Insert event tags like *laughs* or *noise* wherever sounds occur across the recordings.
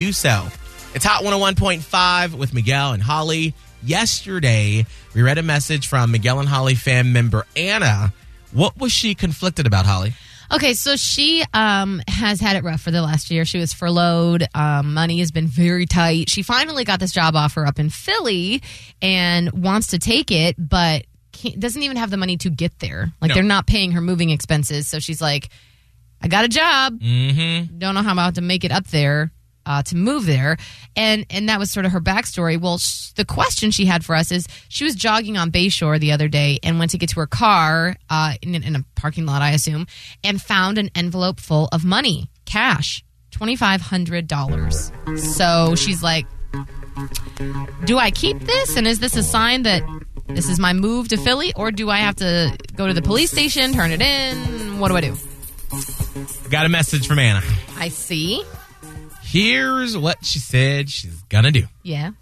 do so. It's Hot 101.5 with Miguel and Holly. Yesterday, we read a message from Miguel and Holly fan member Anna. What was she conflicted about, Holly? Okay, so she um, has had it rough for the last year. She was furloughed. Um, money has been very tight. She finally got this job offer up in Philly and wants to take it, but can't, doesn't even have the money to get there. Like, No. they're not paying her moving expenses. So she's like, I got a job. Mm-hmm. Don't know how I'm about to make it up there. Uh, to move there, and and that was sort of her backstory. Well, sh- the question she had for us is: she was jogging on Bayshore the other day and went to get to her car uh, in, in a parking lot, I assume, and found an envelope full of money, cash, twenty five hundred dollars. So she's like, "Do I keep this? And is this a sign that this is my move to Philly, or do I have to go to the police station, turn it in? What do I do? Got a message from Anna. I see. Here's what she said she's gonna do. Yeah.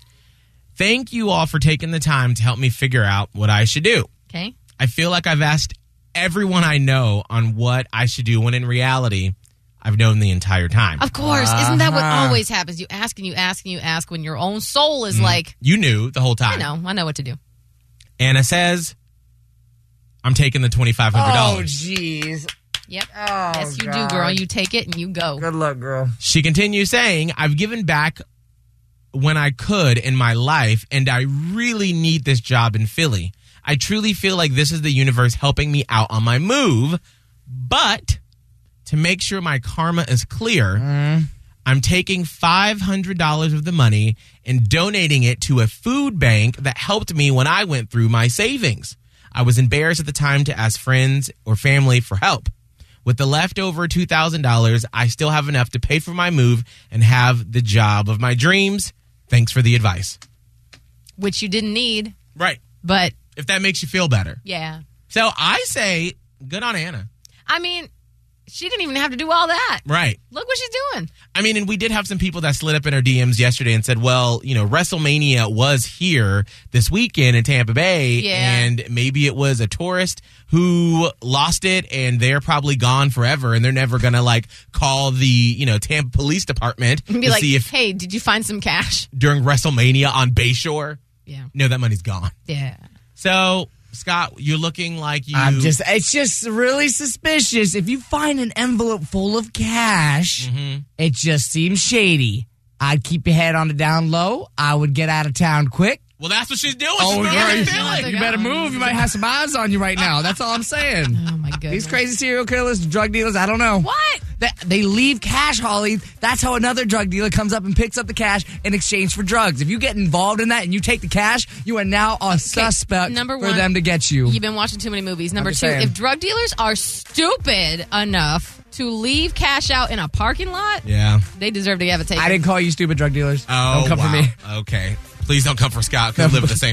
Thank you all for taking the time to help me figure out what I should do. Okay." I feel like I've asked everyone I know on what I should do when in reality, I've known the entire time. Of course. Isn't that what Uh-huh. always happens? You ask and you ask and you ask when your own soul Mm. is like, You knew the whole time. I know, I know what to do. Anna says, I'm taking the $2,500. Oh, jeez. Yep. Oh, yes, you God. do, girl. You take it and you go. Good luck, girl. She continues saying, I've given back when I could in my life, and I really need this job in Philly. I truly feel like this is the universe helping me out on my move. But to make sure my karma is clear, I'm taking $500 of the money and donating it to a food bank that helped me when I went through my savings. I was embarrassed at the time to ask friends or family for help. With the leftover $2,000, I still have enough to pay for my move and have the job of my dreams. Thanks for the advice. Which you didn't need, Right. but If that makes you feel better. yeah. So I say, good on Anna. I mean, she didn't even have to do all that. Right. Look what she's doing. I mean, and we did have some people that slid up in our DMs yesterday and said, well, you know, WrestleMania was here this weekend in Tampa Bay. Yeah. And maybe it was a tourist who lost it and they're probably gone forever and they're never going to like call the, you know, Tampa Police Department And be to like, see if hey, did you find some cash? during WrestleMania on Bayshore. Yeah. No, that money's gone. Yeah. So, Scott, you're looking like you. I'm just, it's just really suspicious. If you find an envelope full of cash, it just seems shady. I'd keep your head on the down low. I would get out of town quick. Well, that's what she's doing. Oh, she's yeah, throwing you- it feeling. you better move. You might have some eyes on you right now. That's all I'm *laughs* saying. Oh, my goodness. These Uh, crazy serial killers, drug dealers, I don't know. What? They, they leave cash, Holly. That's how another drug dealer comes up and picks up the cash in exchange for drugs. If you get involved in that and you take the cash, you are now a suspect number for one, them to get you. You've been watching too many movies. Number two, just saying. if drug dealers are stupid enough to leave cash out in a parking lot, Yeah. they deserve to have it taken. I didn't call you stupid drug dealers. Oh, don't come wow. for me. Okay. Please don't come for Scott because we live in the same.